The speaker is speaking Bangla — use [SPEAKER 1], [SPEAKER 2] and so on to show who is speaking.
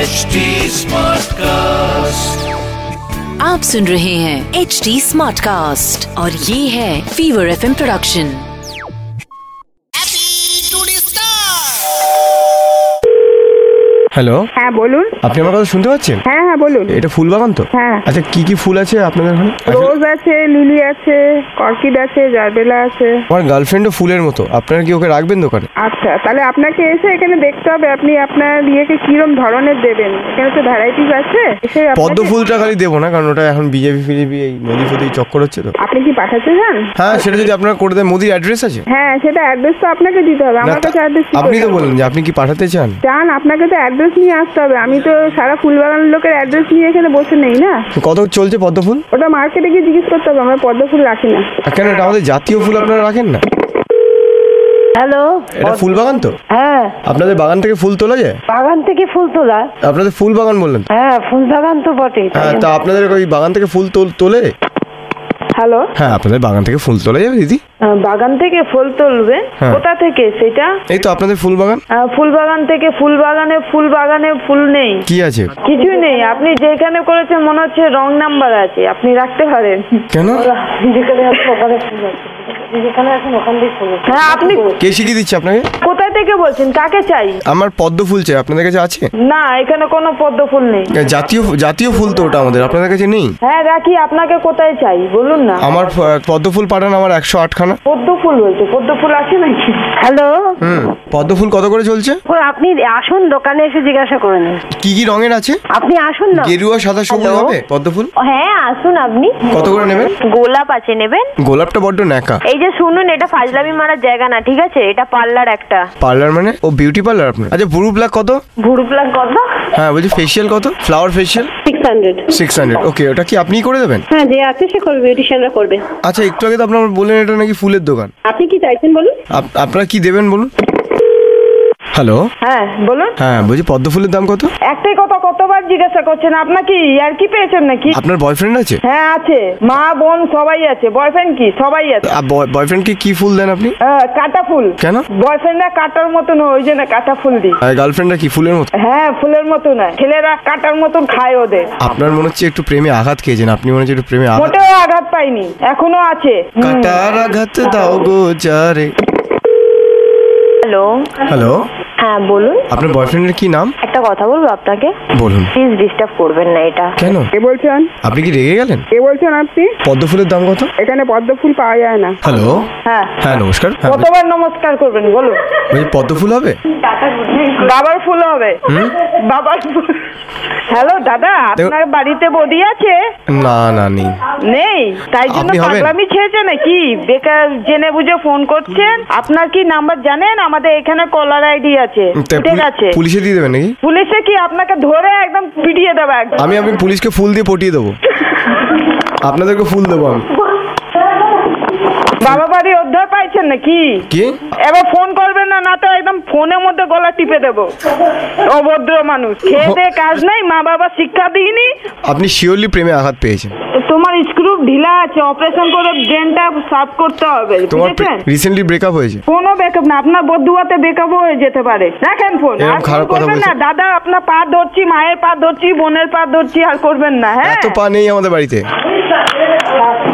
[SPEAKER 1] HD Smartcast.
[SPEAKER 2] आप सुन रहे हैं एच डी स्मार्ट कास्ट और ये है फीवर एफ प्रोडक्शन
[SPEAKER 3] হ্যালো
[SPEAKER 4] হ্যাঁ বলুন
[SPEAKER 3] আপনি আমার কথা শুনতে পাচ্ছেন
[SPEAKER 4] হ্যাঁ হ্যাঁ বলুন
[SPEAKER 3] এটা ফুল বাগান তো
[SPEAKER 4] হ্যাঁ।
[SPEAKER 3] আচ্ছা কি কি ফুল আছে আপনাদের ওখানে আচ্ছা, আসলে
[SPEAKER 4] রোজ আছে লিলি আছে কর্কিড আছে জারবেলা আছে
[SPEAKER 3] আমার গার্লফ্রেন্ডও ফুলের মতো আপনারা কি ওকে রাখবেন দোকানে
[SPEAKER 4] আচ্ছা তাহলে আপনাকে এসে এখানে দেখতে হবে আপনি আপনার ইয়েকে কিরম ধরনের দেবেন এখানে তো ভ্যারাইটিস আছে এসে আপনাকে-
[SPEAKER 3] পদ্ম ফুলটা খালি দেবো না কারণ ওটা এখন বিজেপি ফিজেপি এই মোদি ফোদি চক্কর হচ্ছে তো
[SPEAKER 4] আপনি কি পাঠাতে চান
[SPEAKER 3] হ্যাঁ সেটা যদি আপনারা করে দেন মোদির অ্যাড্রেস আছে
[SPEAKER 4] হ্যাঁ সেটা অ্যাড্রেস তো আপনাকে দিতে হবে
[SPEAKER 3] না,
[SPEAKER 4] আমার
[SPEAKER 3] তা-
[SPEAKER 4] কাছে অ্যাড্রেস
[SPEAKER 3] আপনি তো বললেন যে আপনি কি পাঠাতে চান
[SPEAKER 4] চান আপনাকে তো অ্যাড্রেস নিয়ে আসতে হবে আমি তো সারা ফুলবাগানের লোকের অ্যাড্রেস নিয়ে এখানে বসে নেই না
[SPEAKER 3] কত চলছে পদ্ম ফুল
[SPEAKER 4] ওটা মার্কেটে গিয়ে জিজ্ঞেস করতে হবে আমরা পদ্ম ফুল রাখি না
[SPEAKER 3] আর কেন এটা আমাদের জাতীয় ফুল আপনারা রাখেন না
[SPEAKER 5] হ্যালো
[SPEAKER 3] এটা ফুল বাগান তো
[SPEAKER 5] হ্যাঁ
[SPEAKER 3] আপনাদের বাগান থেকে ফুল তোলা যায়
[SPEAKER 5] বাগান থেকে ফুল তোলা
[SPEAKER 3] আপনাদের ফুল বাগান বললেন তো?
[SPEAKER 5] হ্যাঁ ফুল বাগান তো বটে
[SPEAKER 3] হ্যাঁ তা আপনাদের ওই বাগান থেকে ফুল তোল- তোলে
[SPEAKER 4] হ্যালো
[SPEAKER 3] হ্যাঁ আপনাদের বাগান থেকে ফুল তোলা যাবে দিদি
[SPEAKER 5] আহ, বাগান থেকে ফুল তুলবে
[SPEAKER 3] হ্যাঁ।
[SPEAKER 5] কোথা থেকে সেটা
[SPEAKER 3] এই তো আপনাদের ফুল বাগান
[SPEAKER 5] আহ, ফুল বাগান থেকে ফুল বাগানে ফুল বাগানে ফুল নেই
[SPEAKER 3] কি আছে
[SPEAKER 5] কিছুই নেই আপনি যেখানে করেছেন মনে হচ্ছে রং নাম্বার আছে আপনি রাখতে পারেন
[SPEAKER 3] কেন
[SPEAKER 5] যেখানে আছেন ওখানে ফুল আছে যেখানে আছেন ওখান থেকে ফুল হ্যাঁ আপনি
[SPEAKER 3] কে শিখিয়ে দিচ্ছে আপনাকে
[SPEAKER 5] কোথা থেকে বলছেন কাকে চাই
[SPEAKER 3] আমার পদ্ম ফুল চাই আপনাদের কাছে আছে
[SPEAKER 5] না এখানে কোনো পদ্ম ফুল নেই
[SPEAKER 3] জাতীয় জাতীয় ফুল তো ওটা আমাদের আপনাদের কাছে নেই
[SPEAKER 5] হ্যাঁ রাখি আপনাকে কোথায় চাই বলুন না
[SPEAKER 3] আমার ফ- পদ্ম ফুল পাঠান আমার একশো আটখানা
[SPEAKER 5] পদ্ম ফুল বলছে পদ্ম ফুল আছে নাকি হ্যালো
[SPEAKER 3] হুম পদ্ম ফুল কত করে চলছে
[SPEAKER 5] ও, আপনি আসুন দোকানে এসে জিজ্ঞাসা করে নিন
[SPEAKER 3] কি কি রঙের আছে
[SPEAKER 5] আপনি আসুন না
[SPEAKER 3] গেরুয়া সাদা সবুজ হবে পদ্ম ফুল
[SPEAKER 6] হ্যাঁ আসুন আপনি
[SPEAKER 3] কত করে নেবেন
[SPEAKER 6] গোলাপ আছে নেবেন
[SPEAKER 3] গোলাপটা বড্ড ন্যাকা
[SPEAKER 6] এই যে শুনুন এটা ফাজলামি মারার জায়গা না ঠিক আছে এটা পার্লার একটা
[SPEAKER 3] পার্লার মানে ও বিউটি পার্লার আপনার আচ্ছা ভুরু ব্ল্যাক কত
[SPEAKER 6] ভুরু প্লাগ কত
[SPEAKER 3] হ্যাঁ বলছি ফেশিয়াল কত flower facial
[SPEAKER 7] six hundred
[SPEAKER 3] six hundred okay ওটা কি আপনিই করে দেবেন
[SPEAKER 7] হ্যাঁ যে আছে সে করবে বিউটিশিয়ানরা করবে
[SPEAKER 3] আচ্ছা একটু আগে তো আপনার বললেন এটা নাকি ফুলের দোকান
[SPEAKER 7] আপনি কি চাইছেন বলুন
[SPEAKER 3] আপ- আপনারা কি দেবেন বলুন হ্যালো
[SPEAKER 5] হ্যাঁ বলুন
[SPEAKER 3] হ্যাঁ বলছি পদ্ম ফুলের দাম কত
[SPEAKER 5] একটাই কথা কতবার জিজ্ঞাসা করছেন আপনাকে আর কি পেয়েছেন নাকি
[SPEAKER 3] আপনার বয়ফ্রেন্ড আছে
[SPEAKER 5] হ্যাঁ আছে মা বোন সবাই আছে বয়ফ্রেন্ড কি সবাই আছে
[SPEAKER 3] বয়ফ্রেন্ডকে কি ফুল দেন আপনি
[SPEAKER 5] হ্যাঁ, কাটা ফুল
[SPEAKER 3] কেন?
[SPEAKER 5] বয়ফ্রেন্ডরা কাটার মতন হয়, ওই জন্য কাটা ফুল দিই
[SPEAKER 3] আর গার্লফ্রেন্ডরা কি ফুলের মতো
[SPEAKER 5] হ্যাঁ ফুলের মতন হয় ছেলেরা কাটার মতন খায় ওদের
[SPEAKER 3] আপনার মনে হচ্ছে একটু প্রেমে আঘাত খেয়েছেন আপনি মনে হচ্ছে একটু প্রেমে আঘাত
[SPEAKER 5] মোটেও আঘাত পাইনি এখনো আছে
[SPEAKER 3] কাটার আঘাত দাও গো যারে
[SPEAKER 6] হ্যালো
[SPEAKER 3] হ্যালো
[SPEAKER 6] হ্যাঁ বলুন
[SPEAKER 3] আপনার বয়ফ্রেন্ডের কি নাম
[SPEAKER 6] একটা কথা বলবো আপনাকে
[SPEAKER 3] বলুন
[SPEAKER 6] প্লিজ ডিস্টার্ব করবেন না এটা
[SPEAKER 3] কেন
[SPEAKER 4] কে বলছেন
[SPEAKER 3] আপনি কি রেগে গেলেন
[SPEAKER 4] কে বলছেন আপনি
[SPEAKER 3] পদ্ম ফুলের দাম কত
[SPEAKER 4] এখানে পদ্ম ফুল পাওয়া যায় না
[SPEAKER 3] হ্যালো
[SPEAKER 5] হ্যাঁ
[SPEAKER 3] হ্যাঁ নমস্কার হ্যাঁ বলছি-
[SPEAKER 5] কতবার নমস্কার করবেন বলুন
[SPEAKER 3] বলছি পদ্ম ফুল হবে
[SPEAKER 5] বাবার ফুল হবে বাবার ফুল হ্যালো দাদা আপনার বাড়িতে বডি আছে
[SPEAKER 3] না না নেই
[SPEAKER 5] নেই তাই জন্য
[SPEAKER 3] আপনি হবেন?
[SPEAKER 5] পাগলামি ছেড়েছে নাকি বেকার জেনে বুঝে ফোন করছেন আপনার কি নাম্বার জানেন আমাদের এখানে কলার আইডি আছে
[SPEAKER 3] তা
[SPEAKER 5] ঠিক
[SPEAKER 3] পুলি-
[SPEAKER 5] আছে
[SPEAKER 3] পুলিশে দিয়ে দেবেন নাকি
[SPEAKER 5] পুলিশে কি আপনাকে ধরে একদম পিটিয়ে দেবে একদম
[SPEAKER 3] আমি আমি পুলিশকে ফুল দিয়ে পটিয়ে দেবো আপনাদেরকে ফুল দেবো আমি
[SPEAKER 5] বাবা বাড়ি অধ্যায় পাইছেন নাকি
[SPEAKER 3] কি
[SPEAKER 5] এবার ফোন করবেন না না তো একদম ফোনের মধ্যে গলা টিপে দেবো অভদ্র মানুষ খেয়ে দেয়ে কাজ নাই মা বাবা শিক্ষা দিইনি
[SPEAKER 3] আপনি শিওরলি প্রেমে আঘাত পেয়েছেন
[SPEAKER 5] তোমার স্ক্রু ঢিলা আছে অপারেশন করে ব্রেনটা সাফ করতে হবে
[SPEAKER 3] তোমার
[SPEAKER 5] বুঝেছেন
[SPEAKER 3] রিসেন্টলি ব্রেকআপ হয়েছে
[SPEAKER 5] কোনো ব্যাকআপ না আপনার বদুয়াতে ব্যাকআপ হয়ে যেতে পারে রাখেন ফোন
[SPEAKER 3] এরম
[SPEAKER 5] আর ফোন
[SPEAKER 3] খারাপ কথা
[SPEAKER 5] করবেন না
[SPEAKER 3] বলছেন।
[SPEAKER 5] দাদা আপনার পা ধরছি মায়ের পা ধরছি বোনের পা ধরছি আর করবেন না হ্যাঁ
[SPEAKER 3] এত পা নেই আমাদের বাড়িতে